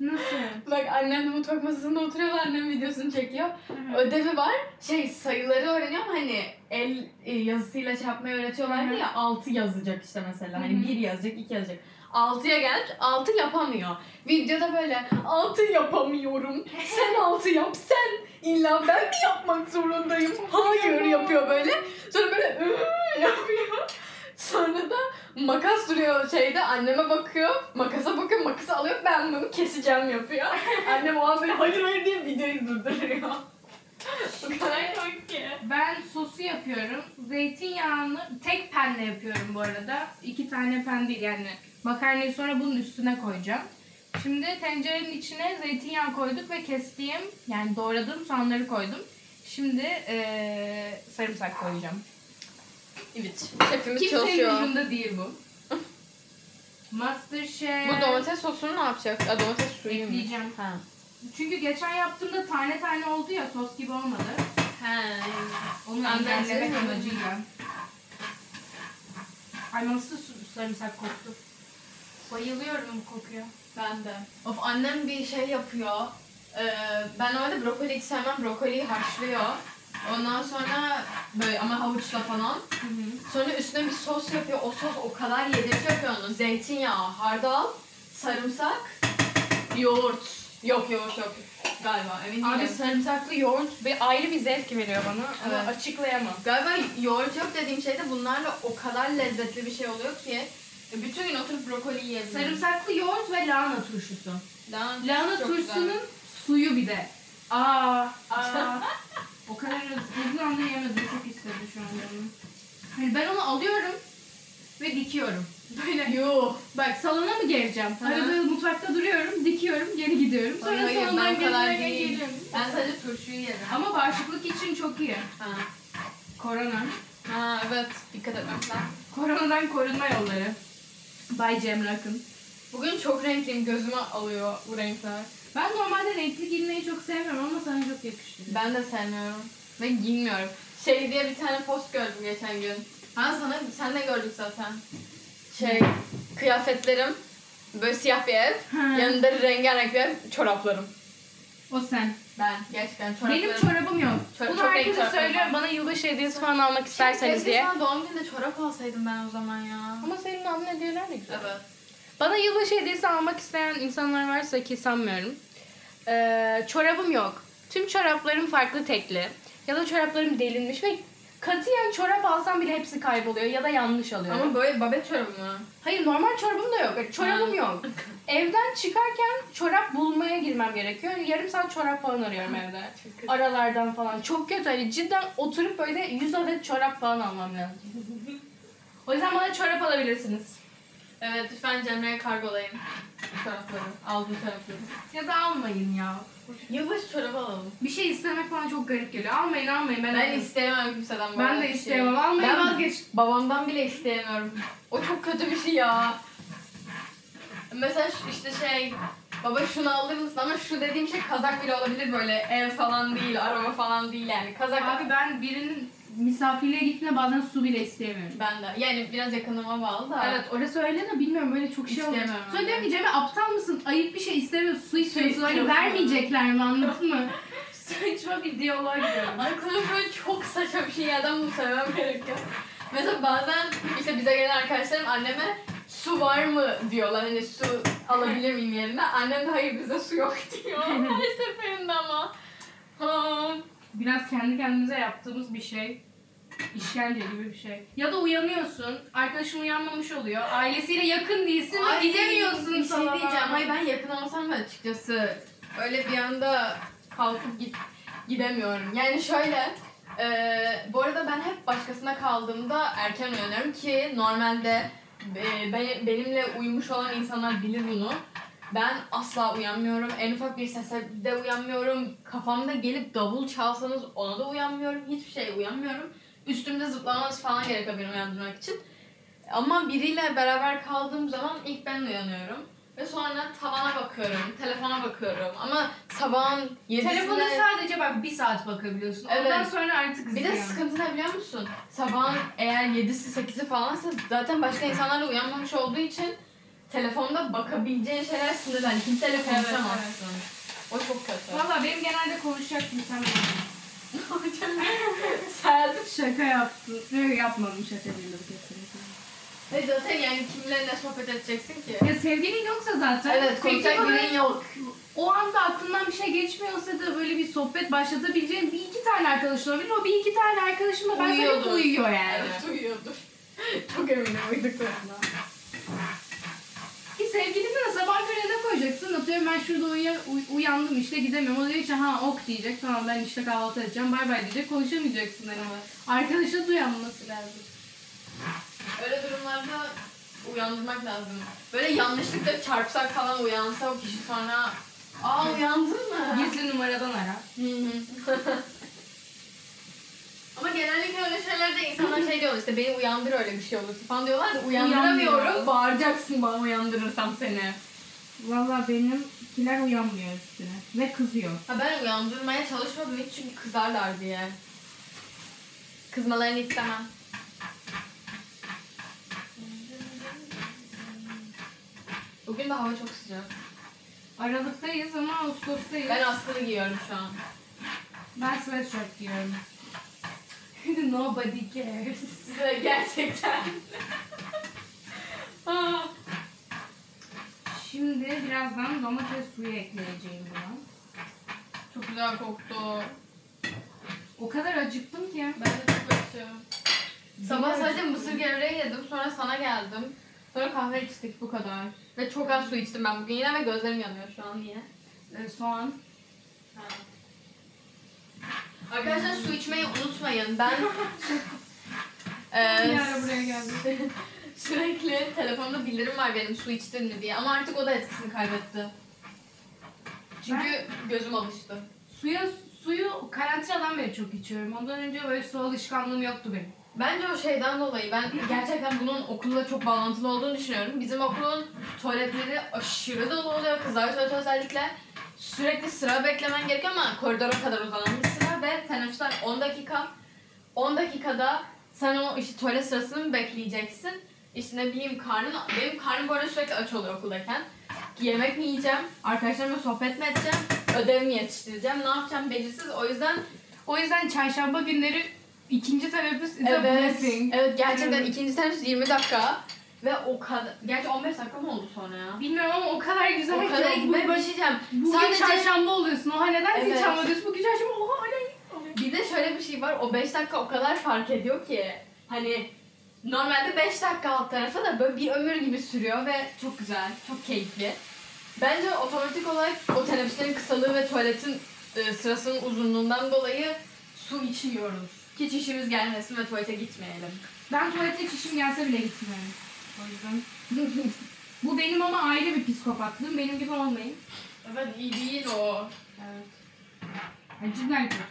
S2: Nasıl?
S1: Bak annem de mutfak masasında oturuyor. Annem videosunu çekiyor. Ödevi var. Şey sayıları öğreniyor ama hani el e, yazısıyla çarpmayı öğretiyorlardı
S2: Hı hı.
S1: ya. 6 yazacak işte mesela.
S2: Hı
S1: Hani 1
S2: hı.
S1: yazacak, 2 yazacak. 6'ya gelmiş, 6 yapamıyor. Videoda böyle 6 yapamıyorum. Sen 6 yap sen. İlla ben mi yapmak zorundayım? Hayır yapıyor böyle. Sonra böyle "Iı" yapıyor. Sonra da makas duruyor şeyde anneme bakıyor. Makasa bakıyor makası alıyor ben bunu keseceğim yapıyor. Annem o an böyle hayır hayır diye videoyu durduruyor. Bu kadar komik ki.
S2: Ben sosu yapıyorum. Zeytinyağını tek penne yapıyorum bu arada. İki tane pen değil yani. Makarnayı sonra bunun üstüne koyacağım. Şimdi tencerenin içine zeytinyağı koyduk ve kestiğim yani doğradığım soğanları koydum. Şimdi eee, sarımsak koyacağım.
S1: Evet. Şefimiz
S2: Kimsenin
S1: çalışıyor.
S2: umurunda değil bu. Masterchef.
S1: Bu domates sosunu ne yapacak? Aa, domates suyu mu?
S2: Ekleyeceğim.
S1: Ha.
S2: Çünkü geçen yaptığımda tane tane oldu ya sos gibi olmadı. Onu
S1: Anladım.
S2: engellemek amacıyla. Ay nasıl su- sarımsak koktu. Bayılıyorum bu kokuya.
S1: Ben de. Of annem bir şey yapıyor. Ee, ben normalde brokoli hiç sevmem. Brokoliyi haşlıyor. Ondan sonra böyle ama havuçla falan. Sonra üstüne bir sos yapıyor. O sos o kadar yedirtiyor ki onu. Zeytinyağı, hardal, sarımsak, yoğurt. Yok yoğurt yok. Galiba emin değilim.
S2: Abi sarımsaklı yoğurt bir ayrı bir zevk veriyor bana. Ama
S1: Evet.
S2: açıklayamam.
S1: Galiba yoğurt yok dediğim şeyde bunlarla o kadar lezzetli bir şey oluyor ki e, bütün gün oturup brokoli yiyebilirim.
S2: Sarımsaklı yoğurt ve lahana turşusu.
S1: Lan,
S2: Lahana
S1: çok
S2: turşusunun
S1: güzel.
S2: suyu bir de. Aa, aa. o kadar uzun anda yemedim. Çok istedi şu an canım. Hani ben onu alıyorum ve dikiyorum. Böyle
S1: Yuh.
S2: bak salona mı geleceğim? Arada mutfakta duruyorum, dikiyorum, geri gidiyorum. Sonra
S1: Hayır, hayır,
S2: salondan
S1: ben o kadar
S2: geri
S1: değil.
S2: geliyorum.
S1: Ben sadece turşuyu yerim.
S2: Ama bağışıklık için çok iyi.
S1: Ha.
S2: Korona.
S1: ha evet dikkat etmek lazım.
S2: Koronadan korunma yolları. Bay Cemre Akın.
S1: Bugün çok renkliyim gözüme alıyor bu renkler.
S2: Ben normalde renkli giyinmeyi çok sevmiyorum ama sana çok yakıştı.
S1: Ben de sevmiyorum ve giymiyorum. Şey diye bir tane post gördüm geçen gün. Ha sana sen de gördük zaten. Şey kıyafetlerim böyle siyah bir ev,
S2: Ha.
S1: yanında rengarenk bir ev, çoraplarım.
S2: O sen.
S1: Ben gerçekten çoraplarım.
S2: Benim çorabım yok.
S1: Çor-
S2: Bunu
S1: çok renk
S2: herkese
S1: çoraplarım
S2: söylüyorum.
S1: var.
S2: Bana yılbaşı hediyesi falan almak isterseniz
S1: Keşke
S2: diye.
S1: sana doğum gününde çorap alsaydım ben o zaman ya.
S2: Ama senin anne hediyeler de güzel.
S1: Evet.
S2: Bana yılbaşı hediyesi almak isteyen insanlar varsa ki sanmıyorum. Ee, çorabım yok. Tüm çoraplarım farklı tekli. Ya da çoraplarım delinmiş ve katiyen çorap alsam bile hepsi kayboluyor ya da yanlış alıyorum.
S1: Ama böyle babet çorabı mı?
S2: Hayır normal çorabım da yok. E, Çorabım
S1: Ha.
S2: yok. Evden çıkarken çorap bulmaya girmem gerekiyor. Yarım saat çorap falan arıyorum evde.
S1: kötü.
S2: Aralardan falan. Çok kötü. Hani cidden oturup böyle 100 adet çorap falan almam lazım. o yüzden bana çorap alabilirsiniz.
S1: Evet lütfen Cemre'ye kargolayın. Çorapları. Aldım çorapları.
S2: Ya da almayın ya.
S1: Yılbaşı çorabı alalım.
S2: Bir şey istemek bana çok garip geliyor. Almayın almayın ben,
S1: Ben,
S2: almayayım.
S1: isteyemem kimseden böyle
S2: Ben de
S1: bir şey.
S2: isteyemem. Almayın
S1: Ben
S2: vazgeç.
S1: Babamdan bile isteyemiyorum. O çok kötü bir şey ya. Mesela şu- işte şey baba şunu alır mısın ama şu dediğim şey kazak bile olabilir böyle ev falan değil araba falan değil yani kazak
S2: Abi ben birinin misafirliğe gittiğinde bazen su bile isteyemiyorum.
S1: ben de yani biraz yakınıma bağlı da
S2: Evet orası öyle de bilmiyorum böyle çok şey oluyor.
S1: İsteyemem
S2: Sonra
S1: ben.
S2: diyorum ki Cem'e aptal mısın? Ayıp bir şey istemiyorsun. Su istiyorsun. Hani
S1: istiyorsun.
S2: vermeyecekler mi anladın mı? Saçma bir diyalog yani.
S1: Aklıma böyle çok saçma bir şey yerden bunu söylemem gerekiyor. Mesela bazen işte bize gelen arkadaşlarım anneme su var mı diyorlar hani su alabilir miyim yerine. Annem de hayır bizde su yok diyor her seferinde ama. Ha.
S2: Biraz kendi kendimize yaptığımız bir şey. İşkence gibi bir şey. Ya da uyanıyorsun. Arkadaşın uyanmamış oluyor. Ailesiyle yakın değilsin ve
S1: Ay,
S2: gidemiyorsun
S1: bir şey
S2: falan.
S1: diyeceğim. Hayır ben yakın olsam da açıkçası öyle bir anda kalkıp git, gidemiyorum. Yani şöyle e, bu arada ben hep başkasına kaldığımda erken uyanıyorum ki normalde e, ben- benimle uyumuş olan insanlar bilir bunu. Ben asla uyanmıyorum. En ufak bir sese de uyanmıyorum. Kafamda gelip davul çalsanız ona da uyanmıyorum. Hiçbir şeye uyanmıyorum. Üstümde zıplamanız falan gerekiyor beni uyandırmak için. Ama biriyle beraber kaldığım zaman ilk ben uyanıyorum. Ve sonra tavana bakıyorum, telefona bakıyorum. Ama sabahın yedisinde...
S2: Telefona sadece bak bir saat bakabiliyorsun. Ondan
S1: Evet.
S2: sonra artık
S1: Bir de
S2: ziyan.
S1: sıkıntı ne biliyor musun? Sabahın eğer 7'si 8'i falansa zaten başka insanlarla uyanmamış olduğu için telefonda bakabileceğin şeyler sınırlı. Yani kimseyle konuşamazsın. O çok kötü.
S2: Valla benim genelde konuşacak insan yok.
S1: Sen
S2: Şaka yaptın. Yok yapmadım şaka değildi bu kesinlikle.
S1: e zaten yani kimle ne sohbet edeceksin ki?
S2: Ya sevgilin yoksa zaten.
S1: Evet,
S2: Peki
S1: konuşacak
S2: ama
S1: birin yok.
S2: O anda aklından bir şey geçmiyorsa da böyle bir sohbet başlatabileceğin bir iki tane arkadaşın olabilir. O bir iki tane arkadaşım da ben
S1: Uyuyordur.
S2: zaten uyuyor yani.
S1: Evet, uyuyordur. çok eminim uyuduklarına.
S2: Ki sevgilini de sabah körüne ne koyacaksın? Atıyorum ben şurada uya- uy- uyandım işte gidemiyorum. O da diyor ki ha ok diyecek. Tamam ben işte kahvaltı edeceğim. Bay bay diyecek. Konuşamayacaksın hani. Arkadaşa duyanması lazım.
S1: Öyle durumlarda uyandırmak lazım. Böyle yanlışlıkla çarpsak falan uyansa o kişi sonra Aa uyandın mı?
S2: Gizli numaradan ara.
S1: Ama genellikle öyle şeylerde insanlar şey diyorlar işte beni uyandır öyle bir şey olursa falan diyorlar da
S2: Uyanmıyor.
S1: uyandıramıyorum. Bağıracaksın bana uyandırırsam seni.
S2: Valla benimkiler uyanmıyor üstüne. Ve kızıyor.
S1: Ha ben uyandırmaya çalışmadım hiç çünkü kızarlar diye. Kızmalarını istemem. Bugün de hava çok sıcak.
S2: Aralıktayız ama Ağustos'tayız.
S1: Ben askılı giyiyorum şu an.
S2: Ben sweatshirt giyiyorum. Nobody cares.
S1: Size gerçekten. Aa.
S2: Ah. Şimdi birazdan domates suyu ekleyeceğim buna.
S1: Çok güzel koktu.
S2: O kadar acıktım ki.
S1: Ben de çok açım. Sabah
S2: Bilmiyorum.
S1: sadece mısır gevreği yedim. Sonra sana geldim. Sonra kahve içtik bu kadar. Ve çok az su içtim ben bugün yine ve gözlerim yanıyor şu an yine.
S2: Ee, soğan.
S1: Arkadaşlar su içmeyi unutmayın. Ben Ee,
S2: Bir ara buraya geldi.
S1: sürekli telefonda bildirim var benim su içtin mi diye. Ama artık o da etkisini kaybetti. Çünkü gözüm alıştı.
S2: Suya suyu karantinadan beri çok içiyorum. Ondan önce böyle su alışkanlığım yoktu benim.
S1: Bence o şeyden dolayı ben gerçekten bunun okulla çok bağlantılı olduğunu düşünüyorum. Bizim okulun tuvaletleri aşırı dolu oluyor kızlar tuvaleti özellikle. Sürekli sıra beklemen gerekiyor ama koridora kadar uzanan bir sıra ve teneffüsler 10 dakika. 10 dakikada sen o işte tuvalet sırasını mı bekleyeceksin? İşte ne bileyim karnın, benim karnım böyle sürekli aç oluyor okuldayken. Yemek mi yiyeceğim? Arkadaşlarımla sohbet mi edeceğim? Ödev mi yetiştireceğim? Ne yapacağım belirsiz. O yüzden
S2: O yüzden çarşamba günleri ikinci teneffüs is a
S1: Evet.
S2: blessing.
S1: Evet gerçekten
S2: Evet.
S1: ikinci teneffüs 20 dakika. Ve o kadar... Gerçi 15 dakika mı oldu sonra ya?
S2: Bilmiyorum ama o kadar güzel
S1: o
S2: ki.
S1: kadar
S2: bu-
S1: ben bir şey diyeceğim.
S2: Bugün
S1: Sadece
S2: çarşamba oluyorsun. Oha neden
S1: Evet.
S2: zil çalma diyorsun? Bugün çarşamba. Oha hala
S1: bir de şöyle bir şey var. O 5 dakika o kadar fark ediyor ki. Hani normalde 5 dakika alt tarafa da böyle bir ömür gibi sürüyor ve çok güzel, çok keyifli. Bence otomatik olarak o teneffüslerin kısalığı ve tuvaletin e, sırasının uzunluğundan dolayı su içiyoruz. Hiç işimiz gelmesin ve tuvalete gitmeyelim.
S2: Ben tuvalete çişim gelse bile gitmiyorum. O yüzden. Bu benim ama ayrı bir psikopatlığım. Benim gibi olmayın.
S1: Evet iyi değil o.
S2: Evet. Yani cidden kötü.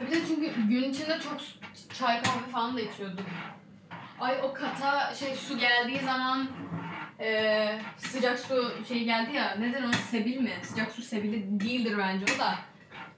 S1: Bir de çünkü gün içinde çok su- çay kahve falan da içiyordum. Ay o kata şey su geldiği zaman eee, sıcak su şey geldi ya neden o sebil mi? Sıcak su sebili değildir bence o da.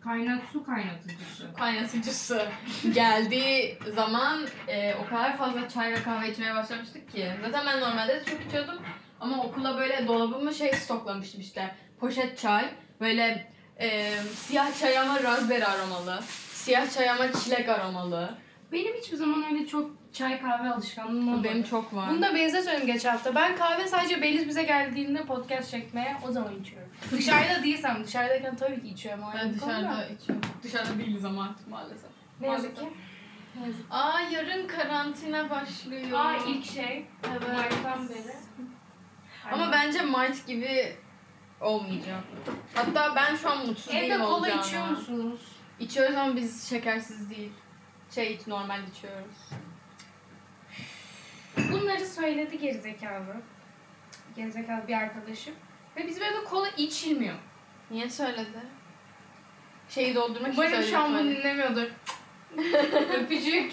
S2: Kaynat su kaynatıcısı.
S1: Kaynatıcısı geldiği zaman eee, o kadar fazla çay ve kahve içmeye başlamıştık ki. Zaten ben normalde de çok içiyordum ama okula böyle dolabımı şey stoklamıştım işte. Poşet çay böyle eee, siyah çay ama raspberry aromalı. Siyah çay ama çilek aromalı.
S2: Benim hiçbir zaman öyle çok çay kahve alışkanlığım olmadı.
S1: Benim çok var.
S2: Bunu da Beyaz'a söyledim geçen hafta. Ben kahve sadece Beliz bize geldiğinde podcast çekmeye o zaman içiyorum. Dışarıda değilsem, dışarıdayken tabii ki içiyorum. o ayrı
S1: ben
S2: bir konu da.
S1: dışarıda içiyorum. Dışarıda değiliz ama artık maalesef.
S2: Ne yazık ki.
S1: Maalesef. Aa yarın karantina başlıyor.
S2: Aa ilk şey.
S1: Evet.
S2: Mart'tan beri. Hani
S1: Ama bence Mart gibi olmayacak. Hatta ben şu an mutsuz
S2: Evde
S1: değilim
S2: kola
S1: olacağına.
S2: içiyor musunuz?
S1: İçiyoruz ama biz şekersiz değil. Şey normal içiyoruz.
S3: Bunları söyledi gerizekalı. Gerizekalı bir arkadaşım.
S1: Ve bizim evde kola içilmiyor. Niye söyledi? Şeyi doldurmak için
S2: Umarım
S1: söyledi.
S2: şu an bunu
S1: tuvalet.
S2: dinlemiyordur. Öpücük.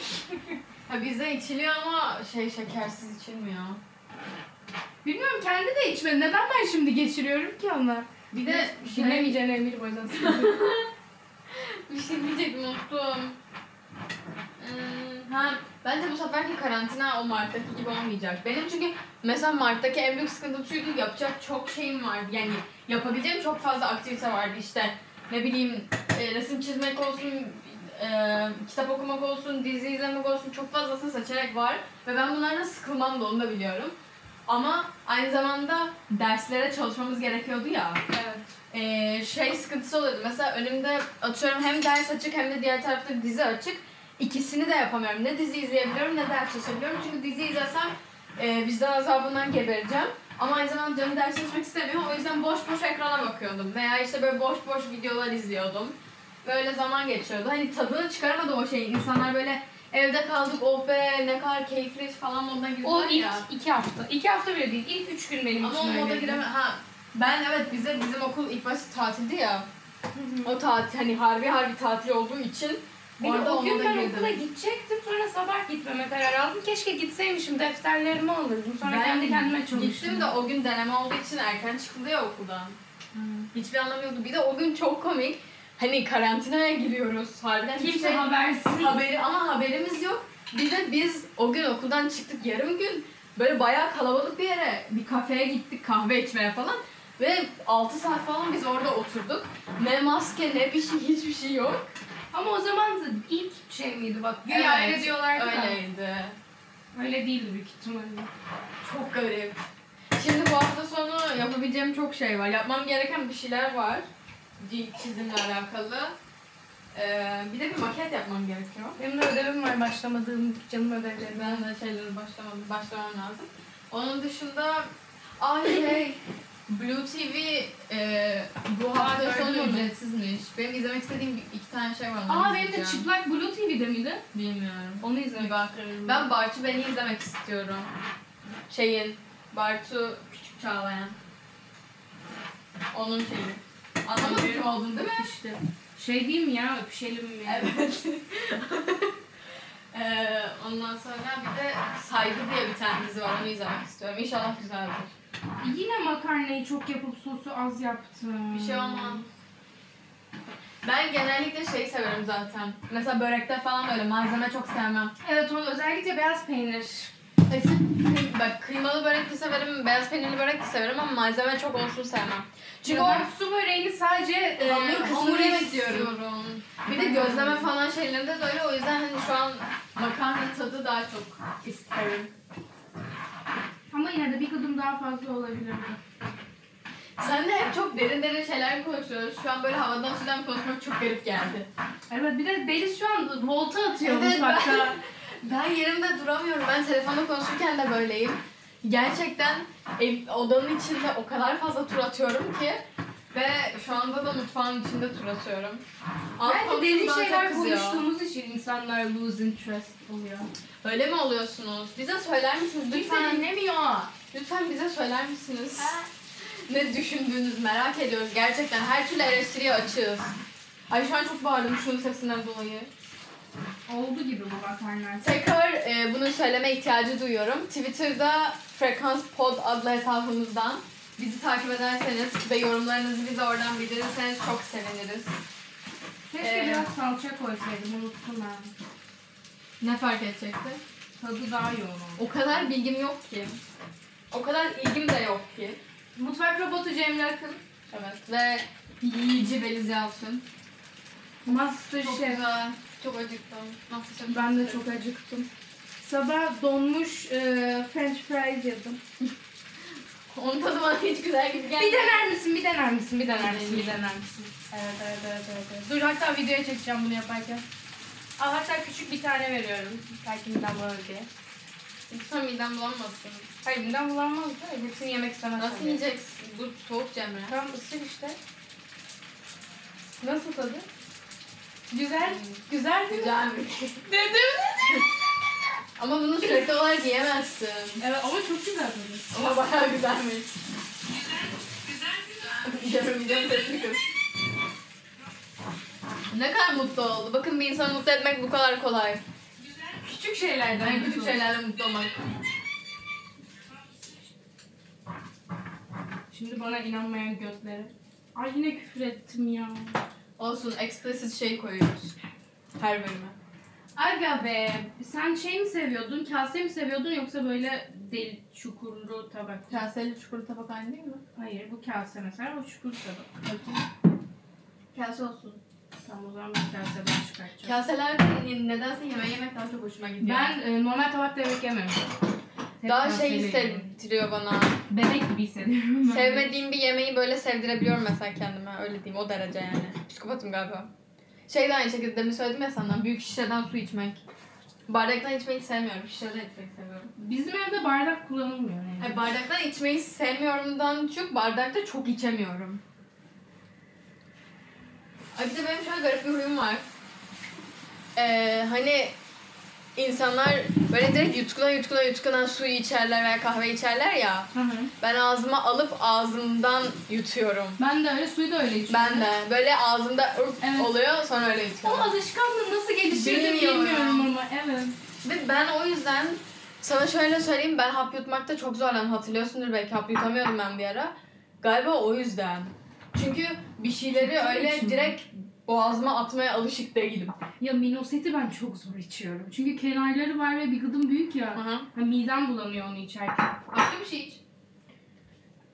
S1: Ha, bizde içiliyor ama şey şekersiz içilmiyor.
S2: Bilmiyorum kendi de içmedi. Neden ben şimdi geçiriyorum ki ona?
S1: Bir de
S2: Dinlemeyeceğine eminim o yüzden. söylüyorum.
S1: Bir şey diyecektim unuttum. Hmm, Ha, bence bu seferki karantina o Mart'taki gibi olmayacak. Benim çünkü mesela Mart'taki en büyük sıkıntım şuydu yapacak çok şeyim vardı. Yani yapabileceğim çok fazla aktivite vardı işte. Ne bileyim e, resim çizmek olsun, e, kitap okumak olsun, dizi izlemek olsun çok fazlasını seçerek var. Ve ben bunlardan sıkılmam da onu da biliyorum. Ama aynı zamanda derslere çalışmamız gerekiyordu ya
S2: evet.
S1: e, şey sıkıntısı oluyordu. Mesela önümde atıyorum hem ders açık hem de diğer tarafta dizi açık. İkisini de yapamıyorum. Ne dizi izleyebiliyorum ne ders çalışabiliyorum. Çünkü dizi izlesem e, vicdan azabından gebereceğim. Ama aynı zamanda canım ders çalışmak istemiyor. O yüzden boş boş ekrana bakıyordum. Veya işte böyle boş boş videolar izliyordum. Böyle zaman geçiyordu. Hani tadını çıkaramadı o şeyin. İnsanlar böyle evde kaldık oh be ne kadar keyifli falan moduna girdiler
S2: O ilk
S1: ya.
S2: iki hafta. iki hafta bile değil. İlk üç gün benim
S1: Ama o
S2: için
S1: moda
S2: öyleydi.
S1: gireme ha. Ben evet bize bizim okul ilk başta tatildi ya. o tatil hani harbi harbi tatil olduğu için
S2: Bir de
S1: orada
S2: o
S1: o
S2: gün
S1: moda
S2: ben okula
S1: girdim.
S2: gidecektim. Sonra sabah gitmeme karar aldım. Keşke gitseymişim. Defterlerimi alırdım. Sonra
S1: Ben
S2: kendi kendime çalıştım.
S1: Gittim de o gün deneme olduğu için erken çıkıldı ya okuldan. Hiçbir anlamı yoktu. Bir de o gün çok komik. Hani karantinaya giriyoruz. Harbiden
S2: Kimse
S1: hiçbir şey-
S2: habersiz.
S1: haberi ama haberimiz yok. Bir de biz o gün okuldan çıktık yarım gün böyle bayağı kalabalık bir yere bir kafeye gittik kahve içmeye falan. Ve 6 saat falan biz orada oturduk. Ne maske ne bir şey hiçbir şey yok.
S2: Ama o zaman da ilk şey miydi bak? Güya
S1: Evet,
S2: öyle diyorlardı öyle.
S1: Öyleydi.
S2: da. Öyle değildi büyük ihtimalle.
S1: Çok garip. Şimdi bu hafta sonu yapabileceğim çok şey var. Yapmam gereken bir şeyler var. Ci- Çizimle alakalı. Ee, bir de bir maket yapmam gerekiyor.
S2: Benim de ödevim var başlamadığım canım ödevleri.
S1: Ben de şeyleri başlamam, başlamam lazım. Onun dışında ay hey, Blue TV e, bu hafta
S2: gördüm
S1: sonu
S2: onu.
S1: ücretsizmiş. Benim izlemek istediğim bir- iki tane şey var. onları
S2: Aa benim de
S1: izleyeceğim.
S2: çıplak Blue TV'de miydi?
S1: Bilmiyorum.
S2: Onu izlemek istiyorum.
S1: Ben Bartu Bey'i izlemek istiyorum. Şeyin, Bartu Küçük Çağlayan. Onun şeyi. Anlamadın kim olduğunu değil mi?
S2: işte. Şey diyeyim ya öpüşelim mi?
S1: Evet. Ee, ondan sonra bir de Saygı diye bir tane dizi var onu izlemek istiyorum. İnşallah güzeldir.
S2: Yine makarnayı çok yapıp sosu az yaptım.
S1: Bir şey olmaz. Ben genellikle şeyi severim zaten. Mesela börekte falan böyle malzeme çok sevmem.
S2: Evet onu özellikle beyaz peynir.
S1: Kesin kıy- bak kıymalı börek de severim, beyaz peynirli börek de severim ama malzeme çok olsun sevmem. Çünkü o
S2: ben su böreğini sadece e,
S1: hamur
S2: hamur
S1: kısmını
S2: yemek istiyorum.
S1: istiyorum. Bir de gözleme falan şeylerinde de öyle o yüzden hani şu an makarna tadı daha çok isterim.
S2: Ama yine de bir kadın daha fazla olabilirdi.
S1: Sen de hep çok derin derin şeyler konuşuyoruz. Şu an böyle havadan sudan konuşmak çok garip geldi.
S2: Evet bir de Beliz şu an volta atıyor
S1: Evet,
S2: mutfakta.
S1: Ben yerimde duramıyorum. Ben telefonda konuşurken de böyleyim. Gerçekten ev, odanın içinde o kadar fazla tur atıyorum ki ve şu anda da mutfağın içinde tur atıyorum. Alt
S2: Belki
S1: komşum
S2: derin
S1: bana çok
S2: şeyler
S1: kızıyor.
S2: konuştuğumuz için insanlar lose interest oluyor.
S1: Öyle mi oluyorsunuz? Bize söyler misiniz lütfen?
S2: dinlemiyor.
S1: Lütfen bize söyler misiniz? Ne düşündüğünüz merak ediyoruz. Gerçekten her türlü eleştiriye açığız. Ay şu an çok bağırdım şunun sesinden dolayı.
S2: Oldu gibi bu makarna.
S1: Tekrar e, bunu söyleme ihtiyacı duyuyorum. Twitter'da Frekans Pod adlı hesabımızdan bizi takip ederseniz ve yorumlarınızı bize oradan bildirirseniz çok seviniriz.
S2: Keşke
S1: Ee,
S2: biraz salça koysaydım unuttum ben.
S1: Ne fark edecekti?
S2: Tadı daha yoğun oldu.
S1: O kadar bilgim yok ki. O kadar ilgim de yok ki.
S2: Mutfak robotu Cemre Akın.
S1: Evet. Ve yiyici Beliz Yalçın. Çok
S2: Masterchef.
S1: güzel. Çok acıktım. Nasıl Şey- çok
S2: Ben de çok acıktım. Sabah donmuş e, french fries yedim.
S1: Onun tadı bana hiç güzel gibi gelmedi.
S2: Bir dener misin, bir dener misin, bir dener misin, bir dener misin? Evet, evet, evet, evet. evet. Dur hatta videoya çekeceğim bunu yaparken. Aa, hatta küçük bir tane veriyorum. Belki midem bulanır diye.
S1: Lütfen midem bulanmasın.
S2: Hayır midem bulanmaz da hepsini yemek istemez.
S1: Nasıl
S2: tabii.
S1: yiyeceksin? Bu soğuk Cemre.
S2: Tamam ısır işte. Nasıl tadı? Güzel,
S1: Hmm.
S2: güzel değil mi?
S1: Güzelmiş.
S2: Dedim dedim.
S1: Ama bunu sürekli olarak yiyemezsin.
S2: Evet ama çok güzel tadı.
S1: Ama bayağı güzelmiş.
S2: Güzel, güzel
S1: Görümceğin sesini kız. Ne kadar mutlu oldu. Bakın bir insanı mutlu etmek bu kadar kolay.
S4: Küçük şeylerden.
S1: Yani küçük şeylerle mutlu olmak.
S4: Şimdi bana inanmayan gözlere. Ay yine küfür ettim ya.
S1: Olsun explicit şey koyuyoruz. Her bölüme.
S2: Aga be. Sen şey mi seviyordun? Kase mi seviyordun yoksa böyle del çukurlu tabak?
S4: Kaseli çukur tabak aynı değil mi?
S2: Hayır bu kase mesela o çukur tabak.
S4: Bakayım.
S1: Kase olsun.
S2: Tamam o zaman ben kaseden çıkartacağım.
S1: Kaselerde nedense yemeği yemek daha çok hoşuma gidiyor.
S2: Ben e, normal tabakta yemek yemem. Hep
S1: daha
S2: kaseyle
S1: şey
S2: yerim.
S1: hissettiriyor bana.
S2: Bebek gibi hissediyorum. ben.
S1: Sevmediğim bir yemeği böyle sevdirebiliyorum mesela kendime. Öyle diyeyim o derece yani. Psikopatım galiba. Şey de aynı şekilde demin söyledim ya sana. Büyük şişeden su içmek. Bardaktan içmeyi sevmiyorum. Şişeden içmeyi seviyorum.
S2: Bizim evde bardak kullanılmıyor. Yani.
S1: Ay, bardaktan içmeyi sevmiyorumdan çok bardakta çok içemiyorum. Ay bir de benim şöyle garip bir huyum var. Ee, hani insanlar böyle direkt yutkuna yutkuna yutkuna suyu içerler veya kahve içerler ya.
S2: Hı hı.
S1: Ben ağzıma alıp ağzımdan yutuyorum.
S2: Ben de öyle suyu da öyle içiyorum.
S1: Ben de. Böyle ağzımda ırk
S2: Evet.
S1: oluyor sonra öyle
S2: O
S1: içiyorum.
S2: alışkanlığı nasıl geliştirdim
S1: Bilmiyorum.
S2: bilmiyorum, ama evet.
S1: Ve ben o yüzden sana şöyle söyleyeyim ben hap yutmakta çok zorlandım. Hatırlıyorsundur belki hap yutamıyordum ben bir ara. Galiba o yüzden. Çünkü bir şeyleri
S2: Yutamıyor
S1: öyle
S2: musun?
S1: direkt boğazıma atmaya alışık değilim.
S2: Ya minoseti ben çok zor içiyorum. Çünkü kenarları var ve bir gıdım büyük ya.
S1: Aha.
S2: Ha, midem bulanıyor onu içerken.
S1: Başka bir şey iç.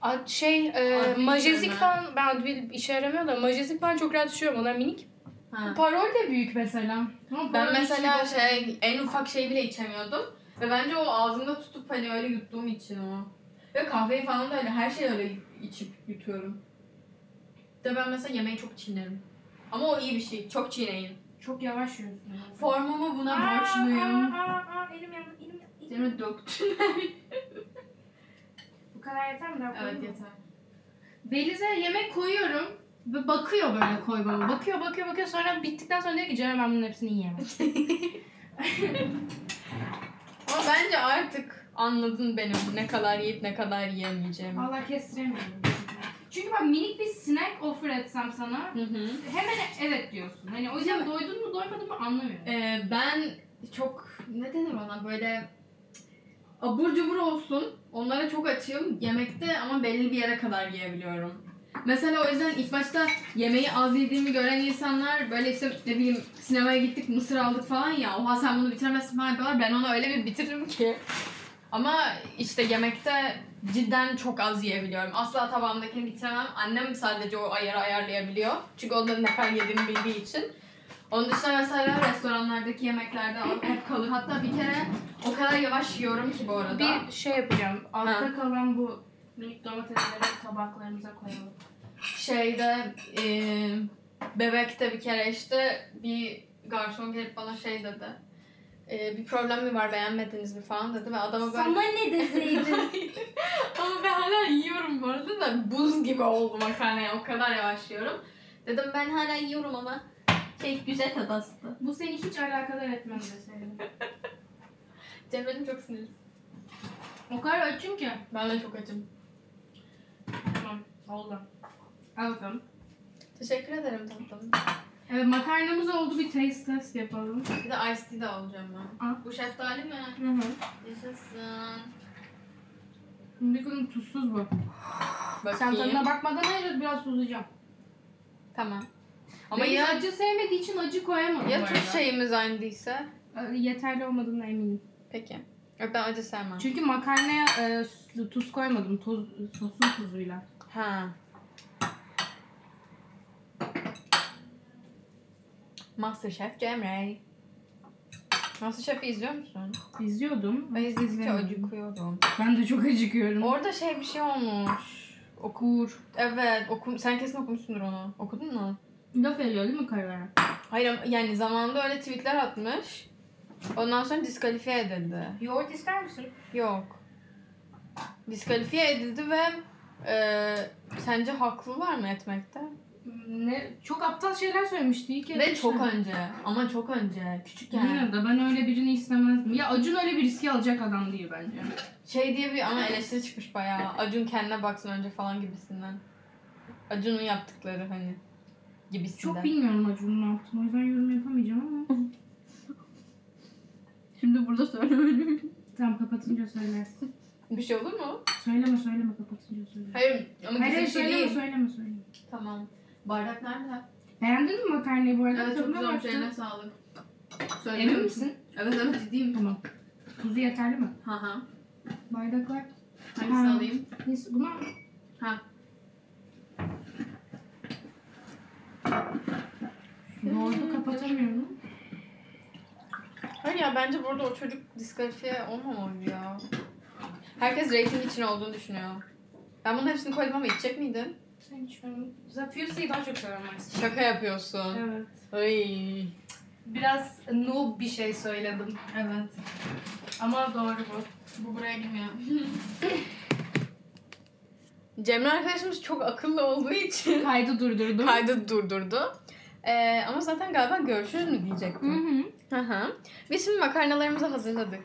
S5: Ad- şey e,
S1: Advil
S5: majezik
S1: içiyorum
S5: falan ben Advil işe yaramıyor da majezik ben çok rahat içiyorum onlar minik.
S1: Ha.
S2: Parol de büyük mesela. Ama
S1: Ben
S2: parol
S1: mesela
S2: içinde-
S1: şey en ufak şeyi bile içemiyordum. Ve bence o ağzımda tutup hani öyle yuttuğum için o. Ve kahveyi falan da öyle her şeyi öyle içip yutuyorum. Bir De ben mesela yemeği çok çiğnerim. Ama o iyi bir şey. Çok çiğneyin.
S2: Çok yavaş yiyorsun.
S1: Formumu buna borçluyum.
S2: Aa, aa, aa, elim yandı, elim yandı.
S1: Cemre döktü.
S2: Bu kadar yeter mi? Daha koyayım
S1: evet
S2: mı?
S1: yeter.
S2: Beliz'e yemek koyuyorum. Ve bakıyor böyle koy bana. Bakıyor bakıyor bakıyor. Sonra bittikten sonra diyor ki Ceren ben bunun hepsini yiyemem.
S1: Ama bence artık anladın benim ne kadar yiyip ne kadar yiyemeyeceğimi.
S2: Vallahi kestiremiyorum. Çünkü ben minik bir snack offer etsem sana
S1: Hı hı.
S2: hemen evet diyorsun. Hani o yüzden doydun mu doymadın mı anlamıyorum.
S1: Ee, ben çok ne denir ona böyle abur cubur olsun. Onlara çok açığım. Yemekte ama belli bir yere kadar yiyebiliyorum. Mesela o yüzden ilk başta yemeği az yediğimi gören insanlar böyle işte ne bileyim sinemaya gittik mısır aldık falan ya. Oha sen bunu bitiremezsin falan yapıyorlar. Ben onu öyle bir bitiririm ki. Ama işte yemekte cidden çok az yiyebiliyorum. Asla tabağımdakini bitiremem. Annem sadece o ayarı ayarlayabiliyor. Çünkü o da ne kadar yediğini bildiği için. Onun dışında mesela restoranlardaki yemeklerde hep kalır. Hatta bir kere o kadar yavaş yiyorum ki bu arada.
S2: Bir şey yapacağım. Altta
S1: Ha.
S2: kalan bu minik domatesleri tabaklarımıza koyalım.
S1: şeyde e, bebekte bir kere işte bir garson gelip bana şey dedi. E, bir problem mi var beğenmediniz mi falan dedi ve adama böyle...
S2: ne deseydin?
S1: Ama ben hala yiyorum bu arada da buz gibi oldu makarnaya o kadar yavaş yiyorum. Dedim ben hala yiyorum ama şey güzel tadı aslında.
S2: Bu seni hiç alakadar etmez deseydin.
S1: Cemre'nin çok sinirli.
S2: O kadar açım ki.
S1: Ben de çok açım.
S2: Tamam oldu. Al bakalım.
S1: Teşekkür ederim tatlım.
S2: Evet makarnamız oldu bir taste test yapalım.
S1: Bir de iced tea de alacağım ben.
S2: Al.
S1: Bu şeftali mi?
S2: Hı hı.
S1: Yaşasın.
S2: Şimdi bunun tuzsuz bu.
S1: Bakayım.
S2: Sen tadına bakmadan ayır biraz tuzlayacağım.
S1: Tamam.
S2: Ama ya acı sevmediği için acı koyamadım bu
S1: ya
S2: arada.
S1: tuz şeyimiz aynı değilse.
S2: Ee, Yeterli olmadığına eminim.
S1: Peki. Yok ben acı sevmem.
S2: Çünkü makarnaya e, su- tuz koymadım. Toz, sosun tuzuyla.
S1: Ha. Masterchef Cemre. Masterchef'i izliyor musun?
S2: İzliyordum.
S1: Ben izledikçe
S2: İzlemiyorum.
S1: acıkıyorum.
S2: Ben de çok acıkıyorum.
S1: Orada şey bir şey olmuş. Okur. Evet. Okum. Sen kesin okumuşsundur onu. Okudun mu?
S2: Laf ediyor değil mi karılara?
S1: Hayır ama yani zamanında öyle tweetler atmış. Ondan sonra diskalifiye edildi.
S2: Yoğurt ister misin?
S1: Yok. Diskalifiye edildi ve e, sence haklılar mı etmekte?
S2: Hmm, Ne? Çok aptal şeyler söylemişti. İyi ki
S1: Ve
S2: etmişler.
S1: çok önce. Ama çok önce. Küçükken.
S2: Yine de ben öyle birini istemezdim. Ya Acun öyle bir riski alacak adam değil bence. E-
S1: Şey diye bir ama eleştiri çıkmış bayağı. Acun kendine baksın önce falan gibisinden. Acun'un yaptıkları hani gibisinden.
S2: Çok bilmiyorum acının altını. O yüzden yorum yapamayacağım ama.
S6: Şimdi burada söylemeliyim.
S2: Tamam kapatınca söylersin.
S1: Bir şey olur mu?
S2: Söyleme söyleme kapatınca söyle.
S1: Hayır ama güzel
S2: Hayır hayır
S1: bir şey
S2: söyleme
S1: değil.
S2: söyleme söyleme.
S1: Tamam.
S6: Bardak nerede?
S2: Beğendin mi makarnayı bu arada?
S6: Evet çok güzel
S2: Tadına
S6: olmuş.
S2: baktın.
S6: Eline sağlık. Söyleyeyim
S2: Emin
S6: mi?
S2: misin?
S6: Evet evet ciddiyim.
S2: Tamam. Tuzu yeterli mi?
S6: Ha ha.
S2: Bardaklar.
S6: Hangisini
S2: Ha.
S6: alayım?
S2: Neyse buna
S6: Ha.
S2: Yoğurdu kapatamıyorum.
S1: Hayır ya bence burada o çocuk diskalifiye olmamalı ya. Herkes rating için olduğunu düşünüyor. Ben bunun hepsini koydum ama içecek miydin?
S2: Sen hiç ben... Zaten Fuse'yi daha çok seviyorum aslında.
S1: Şaka yapıyorsun.
S2: Evet.
S1: Ay.
S2: Biraz noob bir şey söyledim.
S6: Evet.
S2: Ama doğru bu.
S6: Bu buraya girmiyor.
S1: Cemre arkadaşımız çok akıllı olduğu için
S2: Kaydı durdurdum.
S1: kaydı durdurdu. Ee, ama zaten galiba görüşürüz mü diyecektim.
S2: hı.
S1: Hı hı. Biz şimdi makarnalarımızı hazırladık.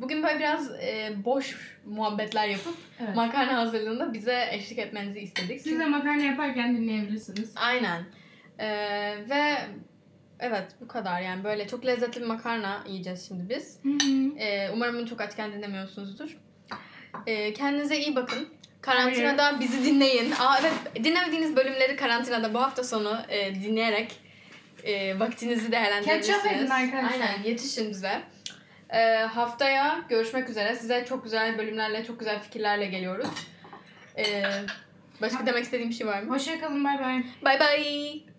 S1: Bugün böyle biraz e, boş muhabbetler yapıp
S2: Evet.
S1: makarna hazırlığında bize eşlik etmenizi istedik.
S2: Siz de makarna yaparken dinleyebilirsiniz.
S1: Aynen. Ee, ve evet bu kadar yani böyle çok lezzetli bir makarna yiyeceğiz şimdi biz.
S2: Hı hı.
S1: Ee, umarım bunu çok açken dinlemiyorsunuzdur. Ee, kendinize iyi bakın. Karantinada bizi dinleyin. Aa evet dinlemediğiniz bölümleri karantinada bu hafta sonu e, dinleyerek e, vaktinizi değerlendirebilirsiniz.
S2: Catch up edin arkadaşlar.
S1: Aynen yetişin bize. Ee, haftaya görüşmek üzere. Size çok güzel bölümlerle, çok güzel fikirlerle geliyoruz. Ee, başka demek istediğim bir şey var mı?
S2: Hoşça kalın bay bay.
S1: Bay bay.